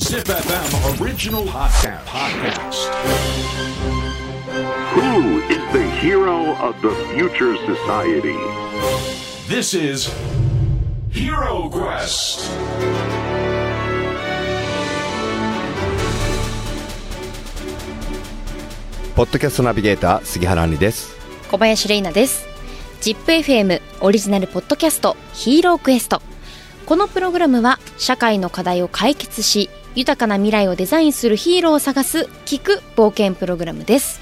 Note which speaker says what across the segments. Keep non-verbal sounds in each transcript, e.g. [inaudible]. Speaker 1: Zip FM original podcast. podcast.
Speaker 2: Who is the hero of the future society?
Speaker 1: This is Hero Quest.
Speaker 3: ポッドキャストナビゲーター杉原杏里です。
Speaker 4: 小林玲奈です ZIPFM オリジナルポッドキャストヒーロークエストこのプログラムは社会の課題を解決し豊かな未来をデザインするヒーローを探す聞く冒険プログラムです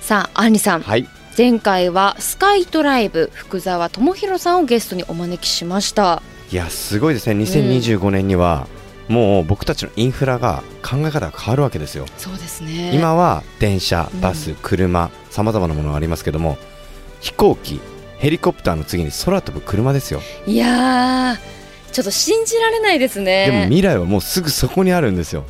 Speaker 4: さあアンリさん、
Speaker 3: はい。
Speaker 4: 前回はスカイトライブ福沢智弘さんをゲストにお招きしました
Speaker 3: いやすごいですね。2025年には、もう僕たちのインフラが考え方が変わるわけですよ。
Speaker 4: そうですね
Speaker 3: 今は電車
Speaker 4: う、ん
Speaker 3: バス、車、さまざまなものがありますけども、飛行機、ヘリコプターの次に空飛ぶ車ですよ。
Speaker 4: いやーちょっと信じられないですね
Speaker 3: でも未来はもうすぐそこにあるんですよ。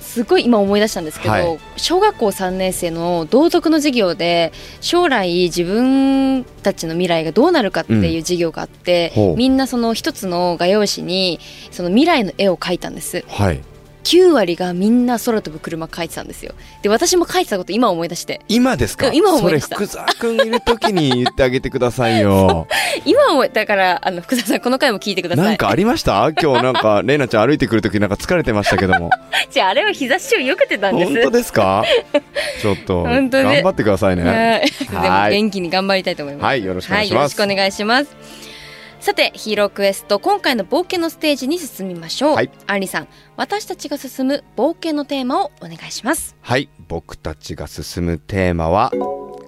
Speaker 4: すごい今思い出したんですけど、
Speaker 3: はい
Speaker 4: 小学校3年生の道徳の授業で将来自分たちの未来がどうなるかっていう授業があって、
Speaker 3: ほう
Speaker 4: みんなその一つの画用紙にその未来の絵を描いたんです
Speaker 3: はい。
Speaker 4: 9割がみんな空飛ぶ車描いてたんですよで私も描いてたこと今思い出して
Speaker 3: 今ですか
Speaker 4: うん今思い出した
Speaker 3: それ福沢君いる時に言ってあげてください
Speaker 4: [laughs]
Speaker 3: よ。
Speaker 4: 今思いだからあの福田さんこの回も聞いてください
Speaker 3: なんかありました今日なんか、玲奈ちゃん歩いてくる時なんか疲れてましたけども。
Speaker 4: じゃああれは日差しをよけてたんです
Speaker 3: 本当です
Speaker 4: [laughs]
Speaker 3: かちょっと頑
Speaker 4: 本当ね
Speaker 3: 張ってくださいね
Speaker 4: はい。 [laughs] で
Speaker 3: は
Speaker 4: も
Speaker 3: い
Speaker 4: 元気に頑張りたいと思います。
Speaker 3: はいよろしくお願いします
Speaker 4: はよろしくお願いします。さて、ヒーロークエスト、今回の冒険のステージに進みましょう。
Speaker 3: はい
Speaker 4: アンリさん、私たちが進む冒険のテーマをお願いします。
Speaker 3: はい僕たちが進むテーマは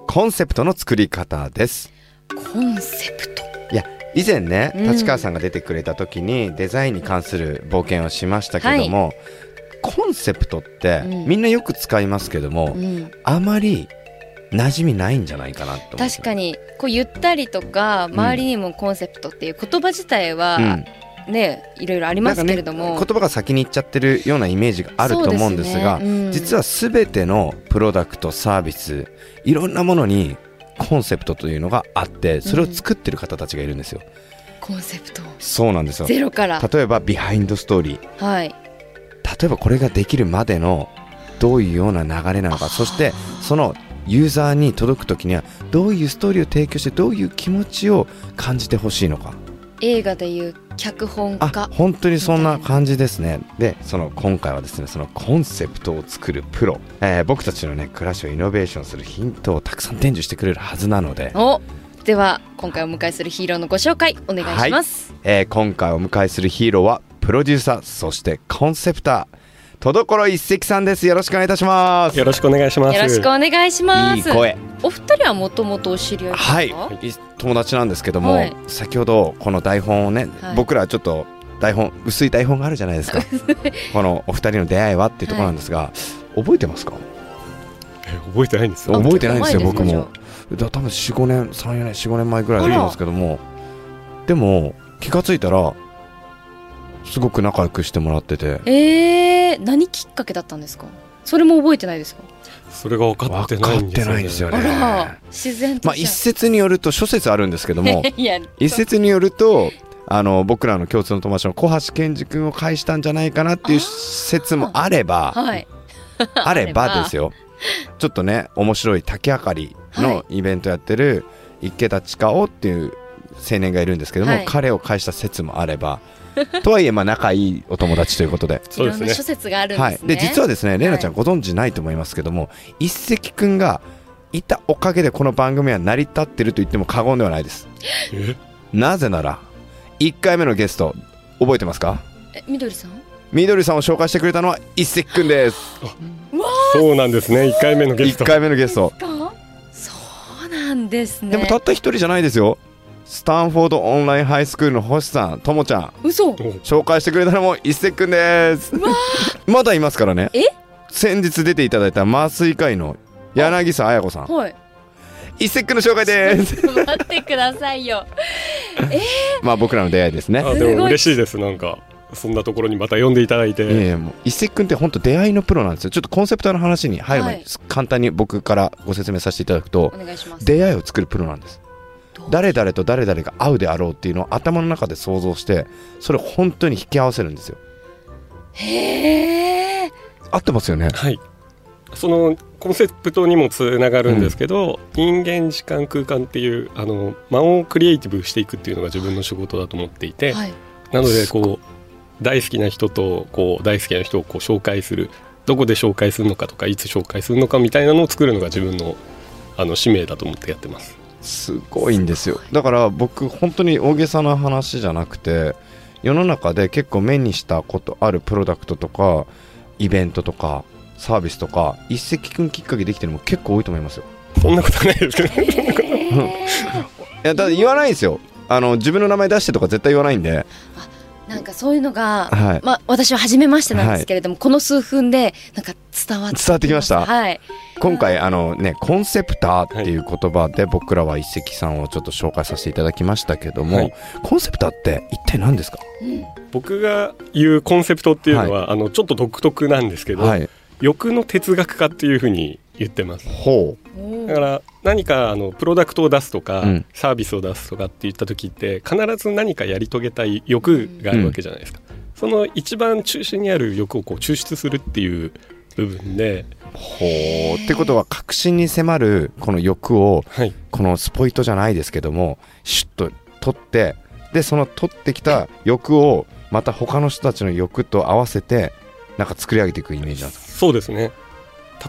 Speaker 3: コンセプトの作り方です
Speaker 4: コンセプト。
Speaker 3: いや以前ね
Speaker 4: うん
Speaker 3: 立川さんが出てくれた時にデザインに関する冒険をしましたけども、コンセプトって
Speaker 4: うん
Speaker 3: みんなよく使いますけども、
Speaker 4: うん、
Speaker 3: あまり馴染みないんじゃないかなと思って
Speaker 4: 確かにこうゆったりとか周りにもコンセプトっていう言葉自体は
Speaker 3: ん、
Speaker 4: ね、いろいろありますけれども、
Speaker 3: なんかね、言葉が先に行っちゃってるようなイメージがあると思うんですが
Speaker 4: そうですねうん
Speaker 3: 実は全てのプロダクトサービスいろんなものにコンセプトというのがあってそれを作ってる方たちがいるんですよ、
Speaker 4: コンセプト
Speaker 3: そうなんですよ
Speaker 4: ゼロから
Speaker 3: 例えばビハインドストーリー
Speaker 4: はい
Speaker 3: 例えばこれができるまでのどういうような流れなのかそしてそのユーザーに届く時にはどういうストーリーを提供してどういう気持ちを感じてほしいのか
Speaker 4: 映画でいう脚本
Speaker 3: あ
Speaker 4: 家
Speaker 3: 本当にそんな感じですねでその今回はですねそのコンセプトを作るプロ、えー僕たちのね暮らしをイノベーションするヒントをたくさん伝授してくれるはずなので、
Speaker 4: おでは今回お迎えするヒーローのご紹介お願いします、
Speaker 3: えー今回お迎えするヒーローはプロデューサーそしてコンセプター戸所一石さんですよろしくお願いいたします
Speaker 5: よろしくお願いします。
Speaker 4: よろしくお願いします
Speaker 3: いい声
Speaker 4: お二人はもともとお知り合いですか
Speaker 3: はい友達なんですけども、
Speaker 4: はい
Speaker 3: 先ほどこの台本をね、
Speaker 4: はい
Speaker 3: 僕らちょっと台本薄い台本があるじゃないです
Speaker 4: [laughs]
Speaker 3: かこのお二人の出会いはっていうところなんですが、覚えてますか
Speaker 5: え覚えてないんですよ。
Speaker 3: 覚えてないんですよ
Speaker 4: あ
Speaker 3: 僕
Speaker 4: 前です
Speaker 3: も
Speaker 4: か
Speaker 3: だ多分45年34年45年前ぐらいだ
Speaker 4: あ
Speaker 3: と
Speaker 4: ら
Speaker 3: 思うんですけどもでも気がついたらすごく仲良くしてもらってて
Speaker 4: えー、何きっかけだったんですかそれも覚えてないですか
Speaker 5: それが分かって
Speaker 3: 分
Speaker 5: な
Speaker 3: か
Speaker 5: い
Speaker 3: っ
Speaker 5: んです
Speaker 3: て
Speaker 5: よ、ね。
Speaker 3: ないんですよね
Speaker 4: あら自然と
Speaker 3: まあ一説によると諸説あるんですけども
Speaker 4: [laughs] いや
Speaker 3: 一説によるとあの僕らの共通の友達の小橋健二君を介したんじゃないかなっていう
Speaker 4: あー
Speaker 3: 説もあれば
Speaker 4: はい
Speaker 3: あれ
Speaker 4: あれ
Speaker 3: ば
Speaker 4: ば
Speaker 3: ですよちょっとね面白い竹あかりの
Speaker 4: は
Speaker 3: イベントやってる池田千佳夫っていう青年がいるんですけども、
Speaker 4: はい
Speaker 3: 彼を介した説もあれば [laughs] とはいえまあ仲いいお友達ということで。
Speaker 4: い
Speaker 5: そうで
Speaker 4: ろ
Speaker 5: す
Speaker 4: ん
Speaker 5: ね
Speaker 4: な諸説があるん
Speaker 3: は
Speaker 4: で
Speaker 3: い
Speaker 4: す、ね、
Speaker 3: で実はですね、玲奈ちゃん
Speaker 4: は
Speaker 3: ご存知ないと思いますけども、一石くんがいたおかげでこの番組は成り立ってると言っても過言ではないです。
Speaker 5: え
Speaker 3: なぜなら、1回目のゲスト、覚えてますか
Speaker 4: えみどりさん
Speaker 3: みどりさんを紹介してくれたのは一石くんです。
Speaker 5: そうなんですね。一回目のゲス
Speaker 3: 1
Speaker 5: ト。
Speaker 3: 回目のゲスト。
Speaker 4: かそうなんですね
Speaker 3: でもたった一人じゃないですよ。スタンフォードオンラインハイスクールの星さん、ともちゃん、
Speaker 4: 嘘
Speaker 5: お
Speaker 3: 紹介してくれたのも一石くんです。 [laughs] まだいますからね。
Speaker 4: え
Speaker 3: 先日出ていただいた麻酔科医の柳沢彩子さん、
Speaker 4: はい
Speaker 3: 一石くんの紹介
Speaker 4: [laughs]
Speaker 3: です。
Speaker 4: 待ってくださいよ
Speaker 3: まあ僕らの出会いですね。
Speaker 5: あ
Speaker 4: す
Speaker 5: で
Speaker 4: ごい
Speaker 5: も嬉しいです。なんかそんなところにまた呼んでいただいて。
Speaker 3: ええもう一石くんって本当出会いのプロなんですよ。ちょっとコンセプトの話に入る前に、
Speaker 4: はい
Speaker 3: 簡単に僕からご説明させていただくと
Speaker 4: お、願いします
Speaker 3: 出会いを作るプロなんです。
Speaker 4: どう
Speaker 3: 誰々と誰々が会うであろうっていうのを頭の中で想像して、それを本当に引き合わせるんですよ。
Speaker 4: へえ
Speaker 3: 合ってますよね
Speaker 5: はいそのコンセプトにもつながるんですけど、人間時間空間っていうあの間をクリエイティブしていくっていうのが自分の仕事だと思っていて、
Speaker 4: はい
Speaker 5: なのでこう大好きな人とこう大好きな人をこう紹介するどこで紹介するのかとかいつ紹介するのかみたいなのを作るのが自分のあの使命だと思ってやってます。
Speaker 3: すごいんですよだから僕本当に大げさな話じゃなくて世の中で結構目にしたことあるプロダクトとかイベントとかサービスとか一石君きっかけできてるのも結構多いと思いますよ
Speaker 5: そんなことないですけど、
Speaker 3: いやだって言わないですよあの自分の名前出してとか絶対言わないんで
Speaker 4: なんかそういうのが、
Speaker 3: はい
Speaker 4: まあ、私は初めましてなんですけれども、この数分でなんか伝わって
Speaker 3: 伝わってきました
Speaker 4: はい、
Speaker 3: 今回あのねコンセプターっていう言葉で僕らは一石さんをちょっと紹介させていただきましたけども、
Speaker 5: はい
Speaker 3: コンセプターって一体何ですか
Speaker 5: [laughs] 僕が言うコンセプトっていうのは、あのちょっと独特なんですけど、
Speaker 3: はい
Speaker 5: 欲の哲学家っていうふうに言ってます。
Speaker 3: ほう
Speaker 4: お
Speaker 5: だ
Speaker 4: ー
Speaker 5: から何かあのプロダクトを出すとか、
Speaker 3: うん
Speaker 5: サービスを出すとかって言った時って必ず何かやり遂げたい欲があるわけじゃないですか、その一番中心にある欲をこう抽出するっていう部分で、
Speaker 3: ほうってことは確信に迫るこの欲を
Speaker 5: はい、
Speaker 3: このスポイトじゃないですけどもシュッと取ってでその取ってきた欲をまた他の人たちの欲と合わせてなんか作り上げていくイメージなんですか
Speaker 5: そうですね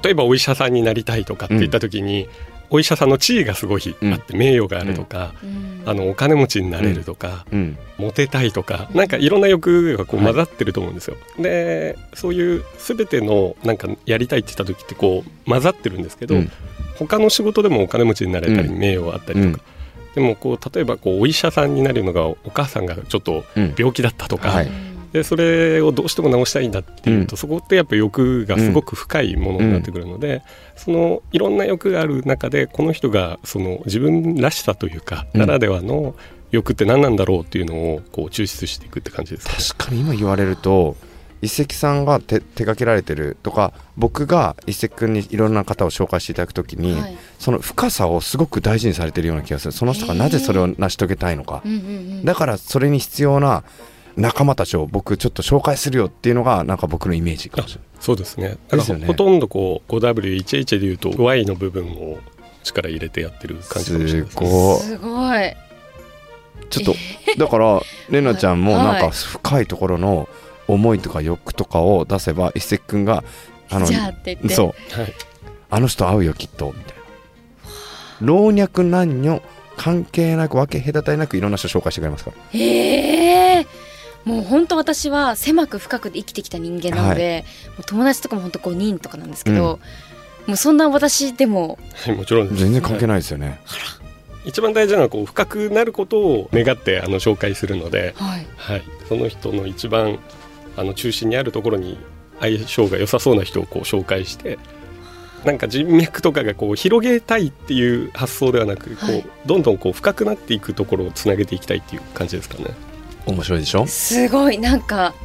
Speaker 5: 例えばお医者さんになりたいとかって言った時に、お医者さんの地位がすごいあって名誉があるとか、
Speaker 4: うん
Speaker 5: あのお金持ちになれるとか、
Speaker 3: うん
Speaker 5: モテたいとかなんかいろんな欲がこう
Speaker 3: はい
Speaker 5: 混ざってると思うんですよ。でそういう全てのなんかやりたいって言った時ってこう混ざってるんですけど、
Speaker 3: うん
Speaker 5: 他の仕事でもお金持ちになれたり
Speaker 3: うん
Speaker 5: 名誉があった
Speaker 3: う
Speaker 5: りと
Speaker 3: ん
Speaker 5: か、でもこう例えばこうお医者さんになるのがお母さんがちょっと
Speaker 3: うん
Speaker 5: 病気だったとか、
Speaker 3: はい
Speaker 5: でそれをどうしても治したいんだっていうと、そこってやっぱ欲がすごく深いものになってくるので、そのいろんな欲がある中でこの人がその自分らしさというか、
Speaker 3: うん
Speaker 5: ならではの欲って何なんだろうっていうのをこう抽出していくって感じですね。
Speaker 3: 確かに今言われると一石さんが手手掛けられてるとか僕が一石君にいろんな方を紹介していただくときに、
Speaker 4: はい
Speaker 3: その深さをすごく大事にされてるような気がするその人がなぜそれを成し遂げたいのか
Speaker 4: うんうんうん、
Speaker 3: だからそれに必要な仲間たちを僕ちょっと紹介するよっていうのがなんか僕のイメージかもしれない
Speaker 5: そうですね
Speaker 3: で
Speaker 5: だ
Speaker 3: す
Speaker 5: か
Speaker 3: よ
Speaker 5: ら
Speaker 3: ね
Speaker 5: ほとんどこう 5W1H でいうと Y の部分を力入れてやってる感じかもしれないです
Speaker 3: すごい
Speaker 4: すごい
Speaker 3: ちょっとだから玲奈ちゃんもなんか深いところの思いとか欲とかを出せば一石君があの
Speaker 4: じゃあって言って
Speaker 3: そう
Speaker 5: はい、
Speaker 3: あの人会うよきっとみたいな老若男女関係なく分け隔たりなくいろんな人紹介してくれますから
Speaker 4: ええもう本当私は狭く深くで生きてきた人間なので、もう友達とかも本当5人とかなんですけど、もうそんな私でも
Speaker 5: はい、もちろんです
Speaker 3: 全然関係
Speaker 5: は
Speaker 3: ないですよね、
Speaker 5: い一番大事なのはこう深くなることを願ってあの紹介するので、
Speaker 4: はい
Speaker 5: はい、その人の一番あの中心にあるところに相性が良さそうな人をこう紹介してなんか人脈とかがこう広げたいっていう発想ではなく、
Speaker 4: はい
Speaker 5: こうどんどんこう深くなっていくところをつなげていきたいっていう感じですかね。
Speaker 3: 面白いでしょ
Speaker 4: すごいなんか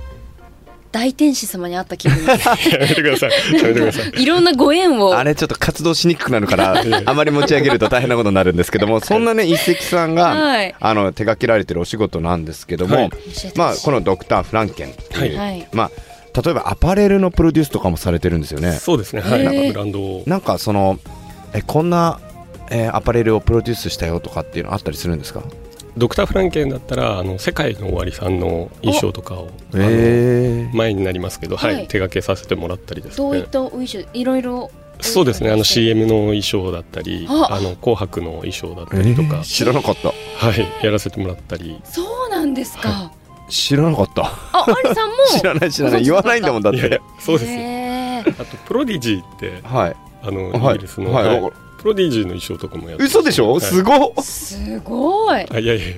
Speaker 4: 大天使様に会った
Speaker 3: [laughs]
Speaker 4: 気分です
Speaker 5: やめてください。やめてください。
Speaker 4: いろんなご縁を
Speaker 3: あれちょっと活動しにくくなるから [laughs]
Speaker 5: え
Speaker 3: あまり持ち上げると大変なことになるんですけどもそんなね一石さんが、
Speaker 4: はい
Speaker 3: あの手掛けられてるお仕事なんですけども、
Speaker 5: はい
Speaker 3: まあ、この「ドクター・フランケン」っていう、
Speaker 4: はい
Speaker 3: まあ、例えばアパレルのプロデュースとかもされてるんですよね。
Speaker 5: そうですね。はい。
Speaker 4: へ
Speaker 5: なん
Speaker 4: ー
Speaker 5: かブランドを。
Speaker 3: なんかそのえこんな、えーアパレルをプロデュースしたよとかっていうのあったりするんですか
Speaker 5: ドクターフランケンだったらあの世界の終わりさんの衣装とかをあの
Speaker 3: え
Speaker 5: 前になりますけど、はい、
Speaker 4: はい
Speaker 5: 手掛けさせてもらったりです
Speaker 4: どうい
Speaker 5: ね
Speaker 4: っ。たお衣装いろいろ
Speaker 5: そうですね。あの CM の衣装だったり、
Speaker 4: あ
Speaker 5: あの紅白の衣装だったりとか、
Speaker 3: 知らなかった
Speaker 5: はい、やらせてもらったり。
Speaker 4: そうなんですか
Speaker 3: 知らなかった
Speaker 4: あアリさんも
Speaker 3: [laughs] 知らない知らない
Speaker 4: ご存知
Speaker 3: 言わないんだもんだっ
Speaker 5: いやいや
Speaker 3: て、
Speaker 5: そうですよ。
Speaker 4: ね
Speaker 5: あとプロディジーって
Speaker 3: はい
Speaker 5: あの
Speaker 3: はい
Speaker 5: イギリスの、
Speaker 3: はい
Speaker 5: はい
Speaker 3: わか
Speaker 5: プロディジーの衣装とかもやってます
Speaker 3: 嘘でしょ、
Speaker 5: はい
Speaker 3: すごっ
Speaker 4: すごい
Speaker 5: あいやいやいや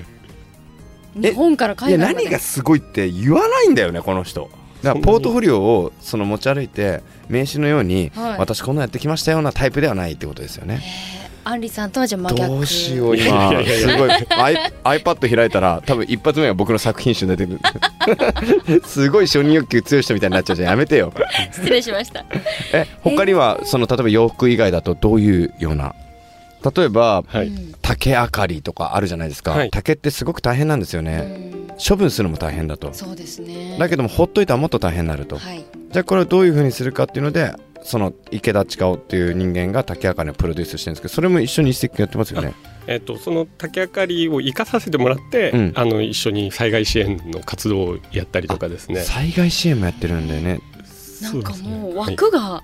Speaker 3: え
Speaker 4: 日本から
Speaker 3: い
Speaker 4: 海
Speaker 3: や
Speaker 4: 外まで
Speaker 3: 何がすごいって言わないんだよねこの人だからポートフォリオをその持ち歩いて名刺のように、
Speaker 4: はい
Speaker 3: 私こんなんやってきましたようなタイプではないってことですよね
Speaker 4: アンリさんとはじゃあ真逆
Speaker 3: どうしよう
Speaker 5: いや
Speaker 3: 今
Speaker 5: いやいやい
Speaker 3: す
Speaker 5: や
Speaker 3: ごいアイ iPad 開いたら多分一発目は僕の作品集出てくる [laughs] すごい承認欲求強い人みたいになっちゃうじゃんやめてよ
Speaker 4: 失礼しました
Speaker 3: え他にはその例えば洋服以外だとどういうような例えば
Speaker 5: はい、
Speaker 3: 竹あかりとかあるじゃないですか、
Speaker 5: はい
Speaker 3: 竹ってすごく大変なんですよ
Speaker 4: う
Speaker 3: ね
Speaker 4: ん
Speaker 3: 処分するのも大変だと
Speaker 4: そうですね
Speaker 3: だけどもほっといたらもっと大変になると
Speaker 4: はい
Speaker 3: じゃあこれをどういうふうにするかっていうのでその池田千佳夫っていう人間が竹あかりをプロデュースしてるんですけどそれも一緒に一石やってますよね
Speaker 5: えっと、その竹あかりを生かさせてもらって、
Speaker 3: うん
Speaker 5: あの一緒に災害支援の活動をやったりとかですね。
Speaker 3: 災害支援もやってるんだよね
Speaker 4: なんかもう
Speaker 5: そうですね
Speaker 4: 枠が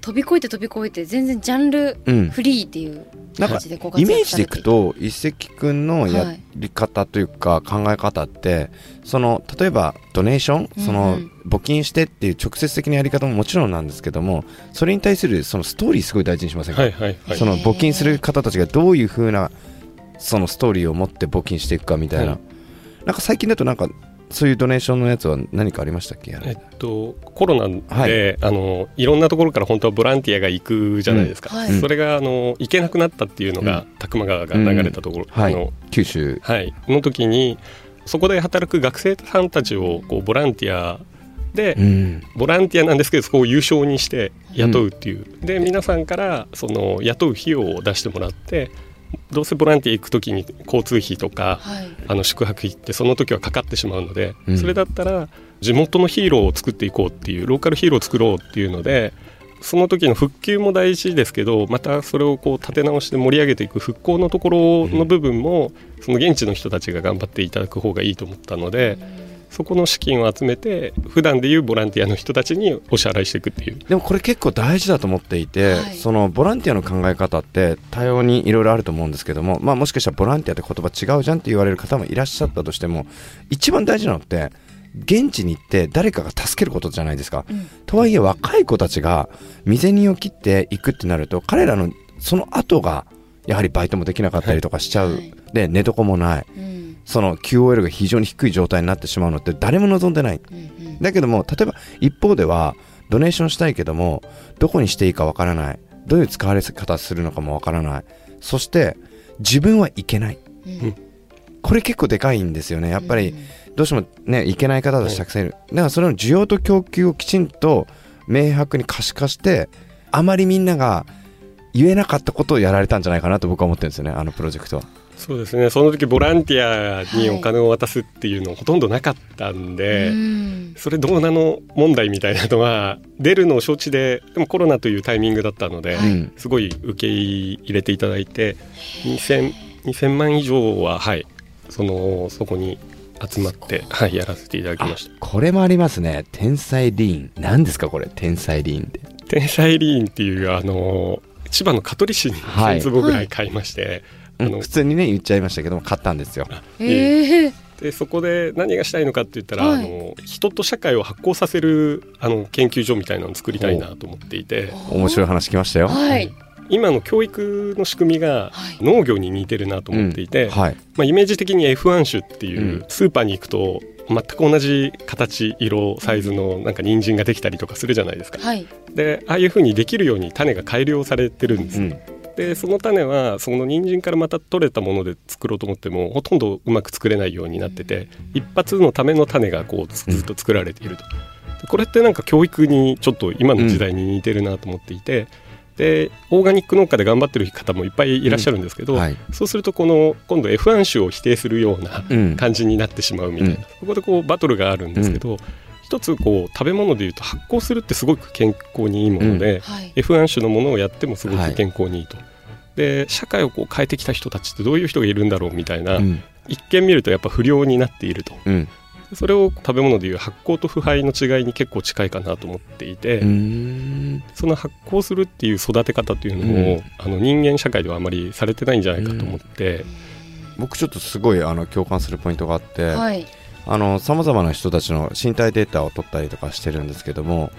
Speaker 4: 飛び越えて飛び越えて全然ジャンル
Speaker 3: うん
Speaker 4: フリーっていう
Speaker 3: なんか
Speaker 4: 感じでご活
Speaker 3: イメー
Speaker 4: 躍
Speaker 3: ジ
Speaker 4: さ
Speaker 3: で
Speaker 4: れ
Speaker 3: い
Speaker 4: て
Speaker 3: く
Speaker 4: いて
Speaker 3: と一石くんのやり方というか考え方ってその例えばドネーションそ
Speaker 4: うん
Speaker 3: の
Speaker 4: うん
Speaker 3: 募金してっていう直接的なやり方ももちろんなんですけどもそれに対するそのストーリーすごい大事にしませんか
Speaker 5: はいはいはい。
Speaker 3: その募金する方たちがどういう風なそのストーリーを持って募金していくかみたいな、
Speaker 5: はい
Speaker 3: なんか最近だとなんかそういうドネーションのやつは何かありましたっけ、
Speaker 5: えっと、コロナで、、
Speaker 3: はい
Speaker 5: あのいろんなところから本当はボランティアが行くじゃないですか、
Speaker 4: うんはい
Speaker 5: それがあの行けなくなったっていうのが、たくま川が流れたところ、
Speaker 3: は
Speaker 5: あの
Speaker 3: い九州
Speaker 5: はい、の時にそこで働く学生さんたちをこうボランティアで、
Speaker 3: うん
Speaker 5: ボランティアなんですけどそこを優勝にして雇うっていう、で皆さんからその雇う費用を出してもらってどうせボランティア行く時に交通費とか、
Speaker 4: はい
Speaker 5: あの宿泊費ってその時はかかってしまうので、
Speaker 3: うん
Speaker 5: それだったら地元のヒーローを作っていこうっていうローカルヒーローを作ろうっていうのでその時の復旧も大事ですけどまたそれをこう立て直して盛り上げていく復興のところの部分も、その現地の人たちが頑張っていただく方がいいと思ったので、そこの資金を集めて普段でいうボランティアの人たちにお支払いしていくっていう。
Speaker 3: でもこれ結構大事だと思っていて、
Speaker 4: はい
Speaker 3: そのボランティアの考え方って多様にいろいろあると思うんですけども、まあ、もしかしたらボランティアって言葉違うじゃんって言われる方もいらっしゃったとしても一番大事なのって現地に行って誰かが助けることじゃないですか、
Speaker 4: うん
Speaker 3: とはいえ若い子たちが未然を切っていくってなると彼らのその後がやはりバイトもできなかったりとかしちゃう、
Speaker 4: はい
Speaker 3: で寝床もない
Speaker 4: うん
Speaker 3: その QOL が非常に低い状態になってしまうのって誰も望んでない
Speaker 4: うんうん
Speaker 3: だけども例えば一方ではドネーションしたいけどもどこにしていいかわからないどういう使われ方するのかもわからないそして自分はいけない
Speaker 4: うん
Speaker 3: これ結構でかいんですよねやっぱり
Speaker 4: うん
Speaker 3: どうしてもねいけない方としてたくさんいるだからそれの需要と供給をきちんと明白に可視化してあまりみんなが言えなかったことをやられたんじゃないかなと僕は思ってるんですよねあのプロジェクトは
Speaker 5: そうですねその時ボランティアにお金を渡すっていうのほとんどなかったんで、
Speaker 4: うん
Speaker 5: それどうなの問題みたいなのは出るのを承知ででもコロナというタイミングだったので、
Speaker 4: はい
Speaker 3: うん
Speaker 5: すごい受け入れていただいて 2000, 2000万以上は、はい、そのそこに集まって、はい、やらせていただきまし
Speaker 3: これもありますね天才リーン何ですかこれ天才リーンって
Speaker 5: た。天才リーンっていうあの千葉の香取市に
Speaker 3: はい
Speaker 5: 3坪ぐらい買いまして、あの
Speaker 3: 普通にね言っちゃいましたけども買ったんですよ
Speaker 4: ええ
Speaker 5: でそこで何がしたいのかって言ったら、
Speaker 4: はい
Speaker 5: あの人と社会を発行させるあの研究所みたいなのを作りたいなと思っていて。
Speaker 3: 面白い話来ましたよ
Speaker 4: はい
Speaker 5: 今の教育の仕組みが
Speaker 4: はい
Speaker 5: 農業に似てるなと思っていて、
Speaker 3: はい
Speaker 5: まあ、イメージ的に F1 種っていう
Speaker 3: うん
Speaker 5: スーパーに行くと全く同じ形色サイズのなんか人参ができたりとかするじゃないですか
Speaker 4: はい
Speaker 5: でああいうふうにできるように種が改良されてるんです、
Speaker 3: うん
Speaker 5: でその種はその人参からまた取れたもので作ろうと思ってもほとんどうまく作れないようになってて一発のための種がこうずずっと作られていると、でこれってなんか教育にちょっと今の時代に似てるなと思っていて、でオーガニック農家で頑張ってる方もいっぱいいらっしゃるんですけど、
Speaker 3: はい
Speaker 5: そうするとこの今度 F1 種を否定するような
Speaker 3: うん
Speaker 5: 感じになってしまうみたいな、
Speaker 3: うん
Speaker 5: そこでこうバトルがあるんですけど、一つこう食べ物でいうと発酵するってすごく健康にいいもので、
Speaker 4: はい
Speaker 5: F1 種のものをやってもすご
Speaker 3: は
Speaker 5: く
Speaker 3: い
Speaker 5: 健康にいいと。で社会をこう変えてきた人たちってどういう人がいるんだろうみたいな、
Speaker 3: うん
Speaker 5: 一見見るとやっぱ不良になっていると
Speaker 3: うん
Speaker 5: それを食べ物でいう発酵と腐敗の違いに結構近いかなと思っていて、
Speaker 3: うーん
Speaker 5: その発酵するっていう育て方というのを、
Speaker 3: うん
Speaker 5: あの人間社会ではあまりされてないんじゃないかと思って、
Speaker 3: 僕ちょっとすごいあの共感するポイントがあって、
Speaker 4: はい
Speaker 3: あの様々な人たちの身体データを取ったりとかしてるんですけども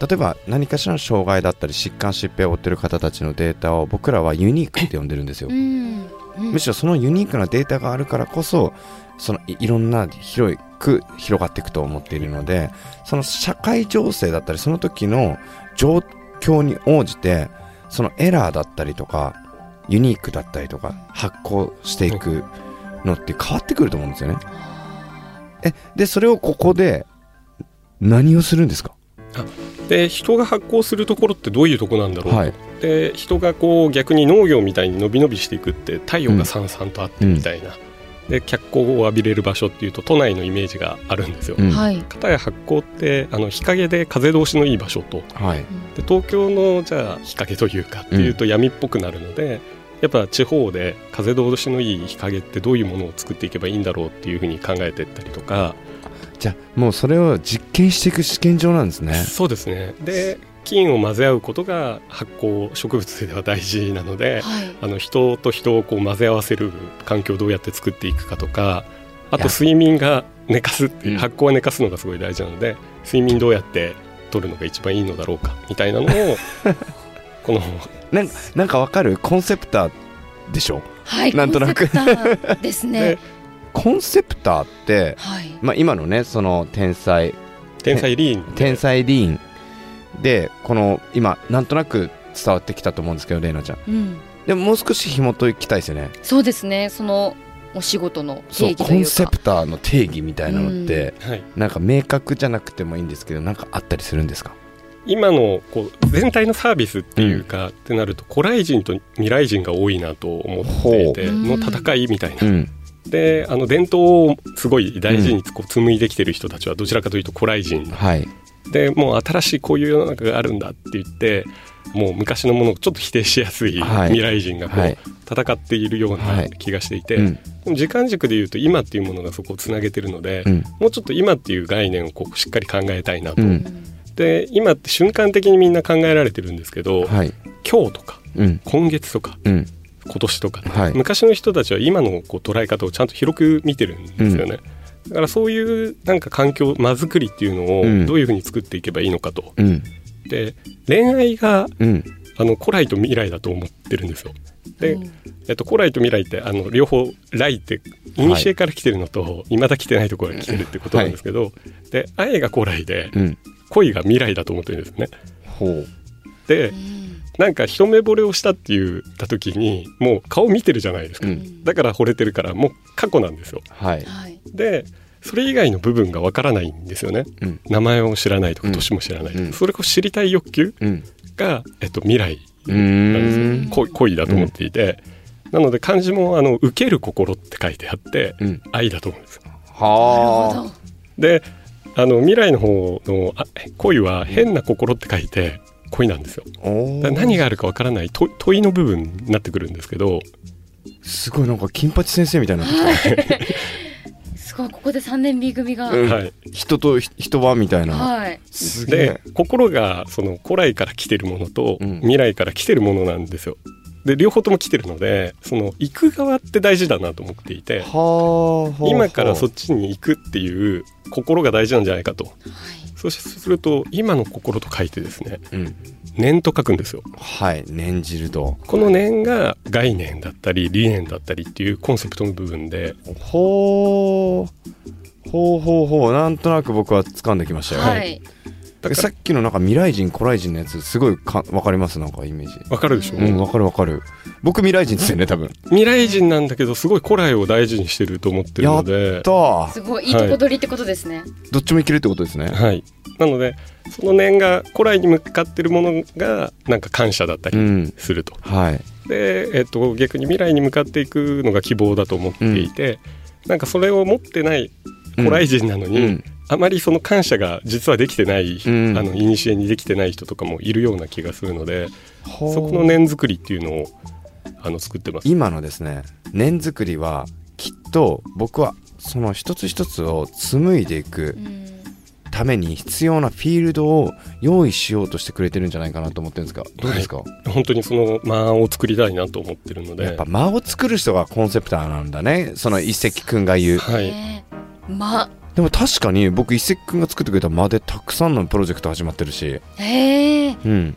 Speaker 3: 例えば何かしらの障害だったり疾患疾病を負ってる方たちのデータを僕らはユニークって呼んでるんですよ
Speaker 4: うんうん
Speaker 3: むしろそのユニークなデータがあるからこそそのいいろんな広く広がっていくと思っているのでその社会情勢だったりその時の状況に応じてそのエラーだったりとかユニークだったりとか発行していくのって変わってくると思うんですよね。えでそれをここで何をするんですか、
Speaker 5: で人が発酵するところってどういうとこなんだろうと、
Speaker 3: はい
Speaker 5: で人がこう逆に農業みたいに伸び伸びしていくって太陽がさんさんとあってみたいな、で脚光を浴びれる場所っていうと都内のイメージがあるんですよ。
Speaker 3: うん
Speaker 4: はい
Speaker 5: 片や発光ってあの日陰で風通しのいい場所と
Speaker 3: はい
Speaker 5: で東京のじゃあ日陰というかっていうと闇っぽくなるので、やっぱ地方で風通しのいい日陰ってどういうものを作っていけばいいんだろうっていうふうに考えていったりとか、
Speaker 3: じゃあもうそれを実験していく試験場なんですね
Speaker 5: そうですねで菌を混ぜ合うことが発酵植物では大事なので、
Speaker 4: はい
Speaker 5: あの人と人をこう混ぜ合わせる環境をどうやって作っていくかとかあ
Speaker 3: いや
Speaker 5: と睡眠が寝かすっていう
Speaker 3: うん
Speaker 5: 発酵は寝かすのがすごい大事なので睡眠どうやって取るのが一番いいのだろうかみたいなのをこの
Speaker 3: なんかなんかわかるコンセプターでしょ
Speaker 4: はい
Speaker 3: なんとなく
Speaker 4: コンセプターで
Speaker 3: [laughs]
Speaker 4: すね
Speaker 5: で
Speaker 3: コンセプターって、
Speaker 4: はい
Speaker 3: まあ、今のねその天才
Speaker 5: 天才リーン
Speaker 3: 天才リーンでこの今なんとなく伝わってきたと思うんですけど玲奈ちゃん
Speaker 4: うん
Speaker 3: でももう少し紐解きたいですよね
Speaker 4: そうですねそのお仕事の
Speaker 3: そ
Speaker 4: 定
Speaker 3: う
Speaker 4: 義
Speaker 3: コ
Speaker 4: とい
Speaker 3: ン
Speaker 4: う
Speaker 3: セ
Speaker 4: か
Speaker 3: プターの定義みたいなのって、
Speaker 5: はい、
Speaker 3: なんか明確じゃなくてもいいんですけどなんかあったりするんですか
Speaker 5: 今のこう全体のサービスっていうか、ってなると古来人と未来人が多いなと思っていて
Speaker 4: ほう
Speaker 5: の戦いみたいな、
Speaker 3: ん
Speaker 5: であの伝統をすごい大事にこう紡いできてる人たちはどちらかというと古来人
Speaker 3: はい
Speaker 5: でもう新しいこういう世の中があるんだって言ってもう昔のものをちょっと否定しやすい
Speaker 3: はい
Speaker 5: 未来人がこう
Speaker 3: はい
Speaker 5: 戦っているよう
Speaker 3: は
Speaker 5: ない気がしていて、
Speaker 3: うん
Speaker 5: でも時間軸でいうと今っていうものがそこをつなげてるので、
Speaker 3: うん
Speaker 5: もうちょっと今っていう概念をこうしっかり考えたいなと、
Speaker 3: うん
Speaker 5: で今って瞬間的にみんな考えられてるんですけど、
Speaker 3: はい
Speaker 5: 今日とか
Speaker 3: うん
Speaker 5: 今月とか
Speaker 3: うん
Speaker 5: 今年とか、
Speaker 3: はい
Speaker 5: 昔の人たちは今のこう捉え方をちゃんと広く見てるんですよね、だからそういうなんか環境間作りっていうの
Speaker 3: うん
Speaker 5: をどういうふうに作っていけばいいのかと、
Speaker 3: うん
Speaker 5: で恋愛が
Speaker 3: うん
Speaker 5: あの古来と未来だと思ってるんですよで、
Speaker 4: うん
Speaker 5: えっと、古来と未来ってあの両方「来」って古から来てるのと、い、未だ来てないところが来てるってことなんですけど、で愛が古来で
Speaker 3: うん
Speaker 5: 恋が未来だと思ってるんですね
Speaker 3: ほう
Speaker 5: でなんか一目惚れをしたって言った時にもう顔見てるじゃないですか、
Speaker 3: うん
Speaker 5: だから惚れてるからもう過去なんですよ
Speaker 3: はい
Speaker 4: はい
Speaker 5: でそれ以外の部分がわからないんですよね、
Speaker 3: うん
Speaker 5: 名前を知らないと
Speaker 3: う
Speaker 5: か
Speaker 3: ん
Speaker 5: 年も知らないとか、
Speaker 3: うん
Speaker 5: それを知りたい欲求
Speaker 3: うん
Speaker 5: が、えっと、未来
Speaker 3: う
Speaker 5: なんです
Speaker 3: ー
Speaker 5: よ
Speaker 3: ん
Speaker 5: 恋恋だと思っていて、なので漢字もあの「受ける心」って書いてあって、
Speaker 3: うん
Speaker 5: 愛だと思うんです
Speaker 4: なる
Speaker 3: は
Speaker 4: ほ
Speaker 3: あ
Speaker 4: ど
Speaker 5: であの未来の方のあ恋は変な心って書いて恋なんですよ
Speaker 3: お
Speaker 5: だ
Speaker 3: ー
Speaker 5: から何があるかわからない問い問いの部分になってくるんですけど
Speaker 3: すごいなんか金八先生みたいになってき
Speaker 4: すごいここで3年 B 組が、
Speaker 3: た、うん
Speaker 5: はい
Speaker 3: 人とひ人はみたいな、
Speaker 4: はい
Speaker 3: すげえ
Speaker 5: で心がその古来から来てるものと
Speaker 3: うん
Speaker 5: 未来から来てるものなんですよ。で両方とも来てるのでその行く側って大事だなと思っていて
Speaker 3: はあはあ
Speaker 5: 今からそっ
Speaker 3: は
Speaker 5: ちに行くっていう心が大事なんじゃないかとそうすると今の心と書いてですね
Speaker 3: あうん
Speaker 5: 念と書くんですよ
Speaker 3: はい念じると
Speaker 5: この念が概念だったり理念だったりっていうコンセプトの部分で
Speaker 3: ほうほうほうほうなんとなく僕は掴んできましたよ、
Speaker 4: はい、はい、
Speaker 5: だか
Speaker 3: さ
Speaker 5: ら
Speaker 3: っきのなんか未来人古来人のやつすごいか分かりますなんかイメージ
Speaker 5: わかるでしょ、
Speaker 3: うん分かる分かる僕未来人ですよね多分
Speaker 5: 未来人なんだけどすごい古来を大事にしてると思ってる
Speaker 3: や
Speaker 5: の
Speaker 3: った
Speaker 5: で
Speaker 3: ー
Speaker 4: すごいいいとこ取りってことですね、
Speaker 3: どっちもいけるってことですね
Speaker 5: はい、なのでその念が古来に向かってるものがなんか感謝だった
Speaker 3: う
Speaker 5: り
Speaker 3: ん
Speaker 5: すると、
Speaker 3: はい
Speaker 5: で、えっと、逆に未来に向かっていくのが希望だと思っていて、なんかそれを持ってない古来人なのに、
Speaker 3: うん
Speaker 5: あまりその感謝が実はできてない、
Speaker 3: うん
Speaker 5: あの古にできてない人とかもいるような気がするので、
Speaker 3: ほう
Speaker 5: そこの念作りっていうのをあの作ってます。
Speaker 3: 今のですね念作りはきっと僕はその一つ一つを紡いでいく
Speaker 4: うん、
Speaker 3: ために必要なフィールドを用意しようとしてくれてるんじゃないかなと思ってるんですがどうですか、
Speaker 5: 本当にその間を作りたいなと思ってるので
Speaker 3: やっぱ間を作る人がコンセプターなんだねその一石くんが言う
Speaker 5: はい、
Speaker 4: ねま
Speaker 3: でも確かに僕一石くんが作ってくれた間でたくさんのプロジェクト始まってるし
Speaker 4: へえ
Speaker 3: うん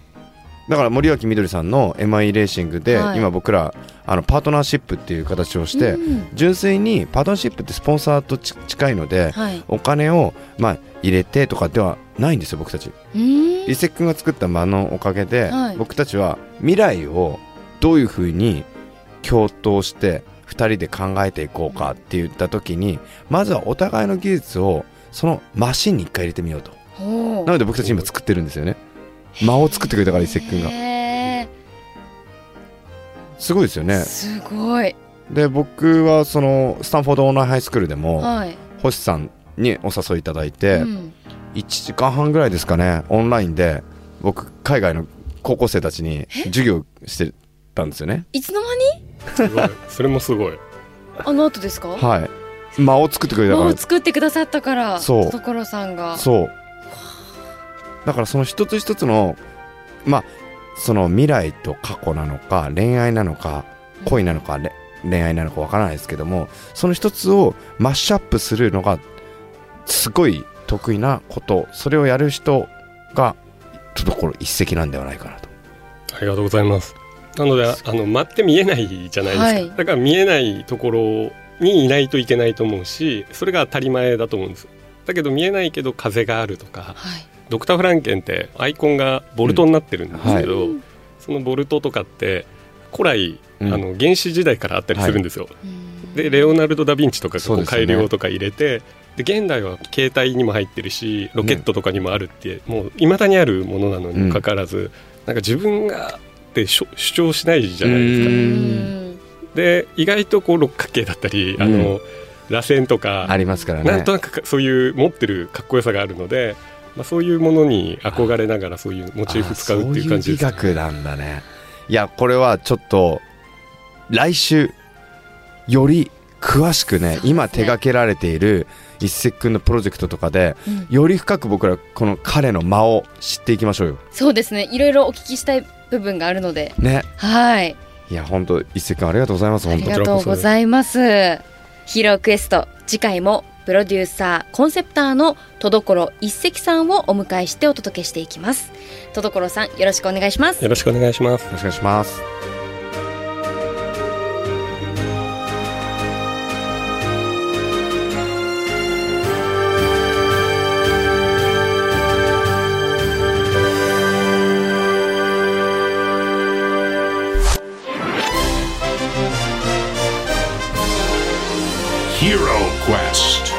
Speaker 3: だから森脇みどりさんの MI レーシングで、
Speaker 4: はい
Speaker 3: 今僕らあのパートナーシップっていう形をして、
Speaker 4: うん
Speaker 3: 純粋にパートナーシップってスポンサーとち近いので、
Speaker 4: はい
Speaker 3: お金を、まあ、入れてとかではないんですよ僕たち
Speaker 4: うん
Speaker 3: 一石君が作った間のおかげで、
Speaker 4: はい
Speaker 3: 僕たちは未来をどういうふうに共闘して2人で考えていこうかって言った時にまずはお互いの技術をそのマシンに一回入れてみようと
Speaker 4: ほう
Speaker 3: なので僕たち今作ってるんですよね間を作ってくれたから一石君が
Speaker 4: へ
Speaker 3: すごいですよ
Speaker 4: え
Speaker 3: ね
Speaker 4: すごい
Speaker 3: で僕はそのスタンフォードオーナーハイスクールでも、
Speaker 4: はい、
Speaker 3: 星さんにお誘いいただいて、
Speaker 4: うん
Speaker 3: 1時間半ぐらいですかねオンラインで僕海外の高校生たちに授業してたんですよね
Speaker 4: いつの間に
Speaker 5: すごいそれもすごい
Speaker 4: あの後ですか
Speaker 3: はい間を作ってくれた
Speaker 4: も
Speaker 3: か
Speaker 4: う作ってくださったから
Speaker 3: そう
Speaker 4: 所さんが
Speaker 3: らそうだからその一つ一つのまあその未来と過去なのか恋愛なのか恋なのかれ恋愛なのかわからないですけどもその一つをマッシュアップするのがすごい得意なことそれをやる人がちょっとこれ一石なんではないかなと。
Speaker 5: ありがとうございます。なので、あの待って見えないじゃないですか。
Speaker 4: はい
Speaker 5: だから見えないところにいないといけないと思うし、それが当たり前だと思うんです。だけど見えないけど風があるとか、
Speaker 4: はい
Speaker 5: ドクターフランケンってアイコンがボルトになってるんですけど、
Speaker 4: うんはい
Speaker 5: そのボルトとかって古来、
Speaker 3: うん
Speaker 5: あの原始時代からあったりするんですよ。
Speaker 4: うん
Speaker 5: でレオナルド・ダ・ヴィンチとかがこ
Speaker 3: そう
Speaker 5: う
Speaker 3: ですよね
Speaker 5: 改良とか入れてで、現代は携帯にも入ってるしロケットとかにもあるって、もういまだにあるものなのにもかかわらず、なんか自分がってしょ主張しないじゃないですか。
Speaker 3: う
Speaker 4: うん
Speaker 5: で意外とこう六角形だったりあの、螺旋とか
Speaker 3: ありますからね。
Speaker 5: なんとなくかそういう持ってるかっこよさがあるので、まあ、そういうものに憧れながらそういうモチーフ使うっていう感じです
Speaker 3: あーそういう美学なんだねいやこれはちょっと来週より詳しくね
Speaker 4: そうですね
Speaker 3: 今手掛けられている一石君のプロジェクトとかで
Speaker 4: うん
Speaker 3: より深く僕らこの彼の間を知っていきましょうよ
Speaker 4: そうですねいろいろお聞きしたい部分があるので
Speaker 3: ね
Speaker 4: はい
Speaker 3: いや本当一石君ありがとうございます
Speaker 4: あ
Speaker 3: 本
Speaker 4: り
Speaker 3: 当
Speaker 4: がとうございますヒーロークエスト次回もプロデューサーコンセプターの戸所一石さんをお迎えしてお届けしていきます戸所さんよろしくお願いします
Speaker 5: よろしくお願いします
Speaker 3: よろしくお願いします
Speaker 1: 「HeroQuest」